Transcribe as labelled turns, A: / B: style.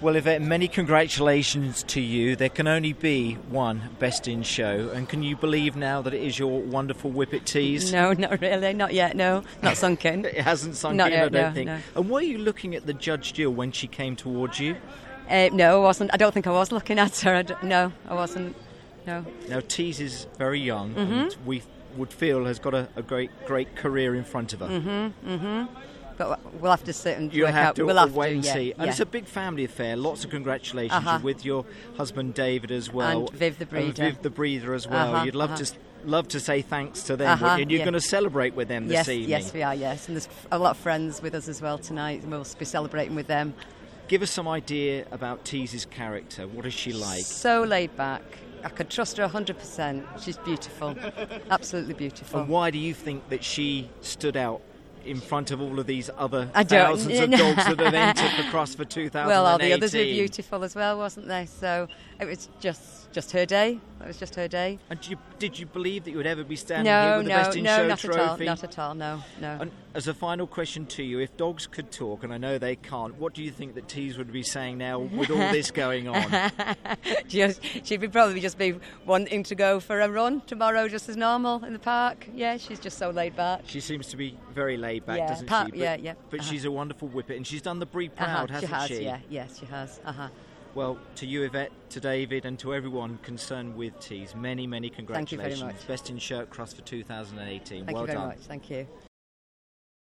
A: Well, Yvette, many congratulations to you. There can only be one best in show. And can you believe now that it is your wonderful Whippet Tees?
B: No, not really. Not yet, no. Not sunken.
A: It hasn't sunk
B: Not
A: in,
B: yet,
A: I don't
B: no,
A: think.
B: no.
A: And were you looking at the Judge Jill when she came towards you?
B: uh, no, I wasn't. I don't think I was looking at her. I d no, I wasn't. No.
A: Now, Tees is very young,
B: Mm-hmm.
A: and we would feel has got a, a great, great career in front of her.
B: But we'll have to sit and
A: You'll
B: work
A: have
B: out.
A: to
B: we'll have
A: wait
B: to,
A: and
B: yeah,
A: see. And
B: yeah.
A: it's a big family affair. Lots of congratulations
B: Uh-huh.
A: You're with your husband David as well,
B: And Viv the
A: And
B: breeder.
A: Viv the breeder as well.
B: Uh-huh,
A: You'd love
B: uh-huh.
A: to love to say thanks to them,
B: Uh-huh,
A: wouldn't you? and you're
B: yeah.
A: going to celebrate with them
B: yes,
A: this evening.
B: yes, we are. Yes, and there's a lot of friends with us as well tonight, and we'll be celebrating with them.
A: Give us some idea about Teese's character. What is she like?
B: So laid back. I could trust her 100%. She's beautiful. Absolutely beautiful.
A: And why do you think that she stood out in front of all of these other
B: I don't-
A: thousands of dogs that have entered the cross for 2018?
B: well, all the others were beautiful as well, wasn't they? So it was just just her day. It was just her day.
A: And did you, did you believe that you would ever be standing here
B: No,
A: with the
B: no,
A: Best in
B: no,
A: Show
B: not
A: trophy?
B: at all. Not at all. No, no.
A: And as a final question to you, if dogs could talk, and I know they can't, what do you think that Tees would be saying now with all this going on?
B: Just, she'd be probably just be wanting to go for a run tomorrow, just as normal in the park. Yeah, she's just so laid back.
A: She seems to be very laid back,
B: Yeah.
A: doesn't
B: Pa-
A: she? But,
B: yeah, yeah.
A: but
B: Uh-huh.
A: she's a wonderful whippet, and she's done the breed
B: Uh-huh,
A: proud,
B: she
A: hasn't
B: has.
A: she?
B: Yeah, yes, she has. Uh huh.
A: Well, to you, Yvette, to David, and to everyone concerned with Tees, many, many
B: you very
A: congratulations.
B: much.
A: Best in Shirt Cross for 2018.
B: Thank
A: well
B: you very
A: done.
B: much. Thank you.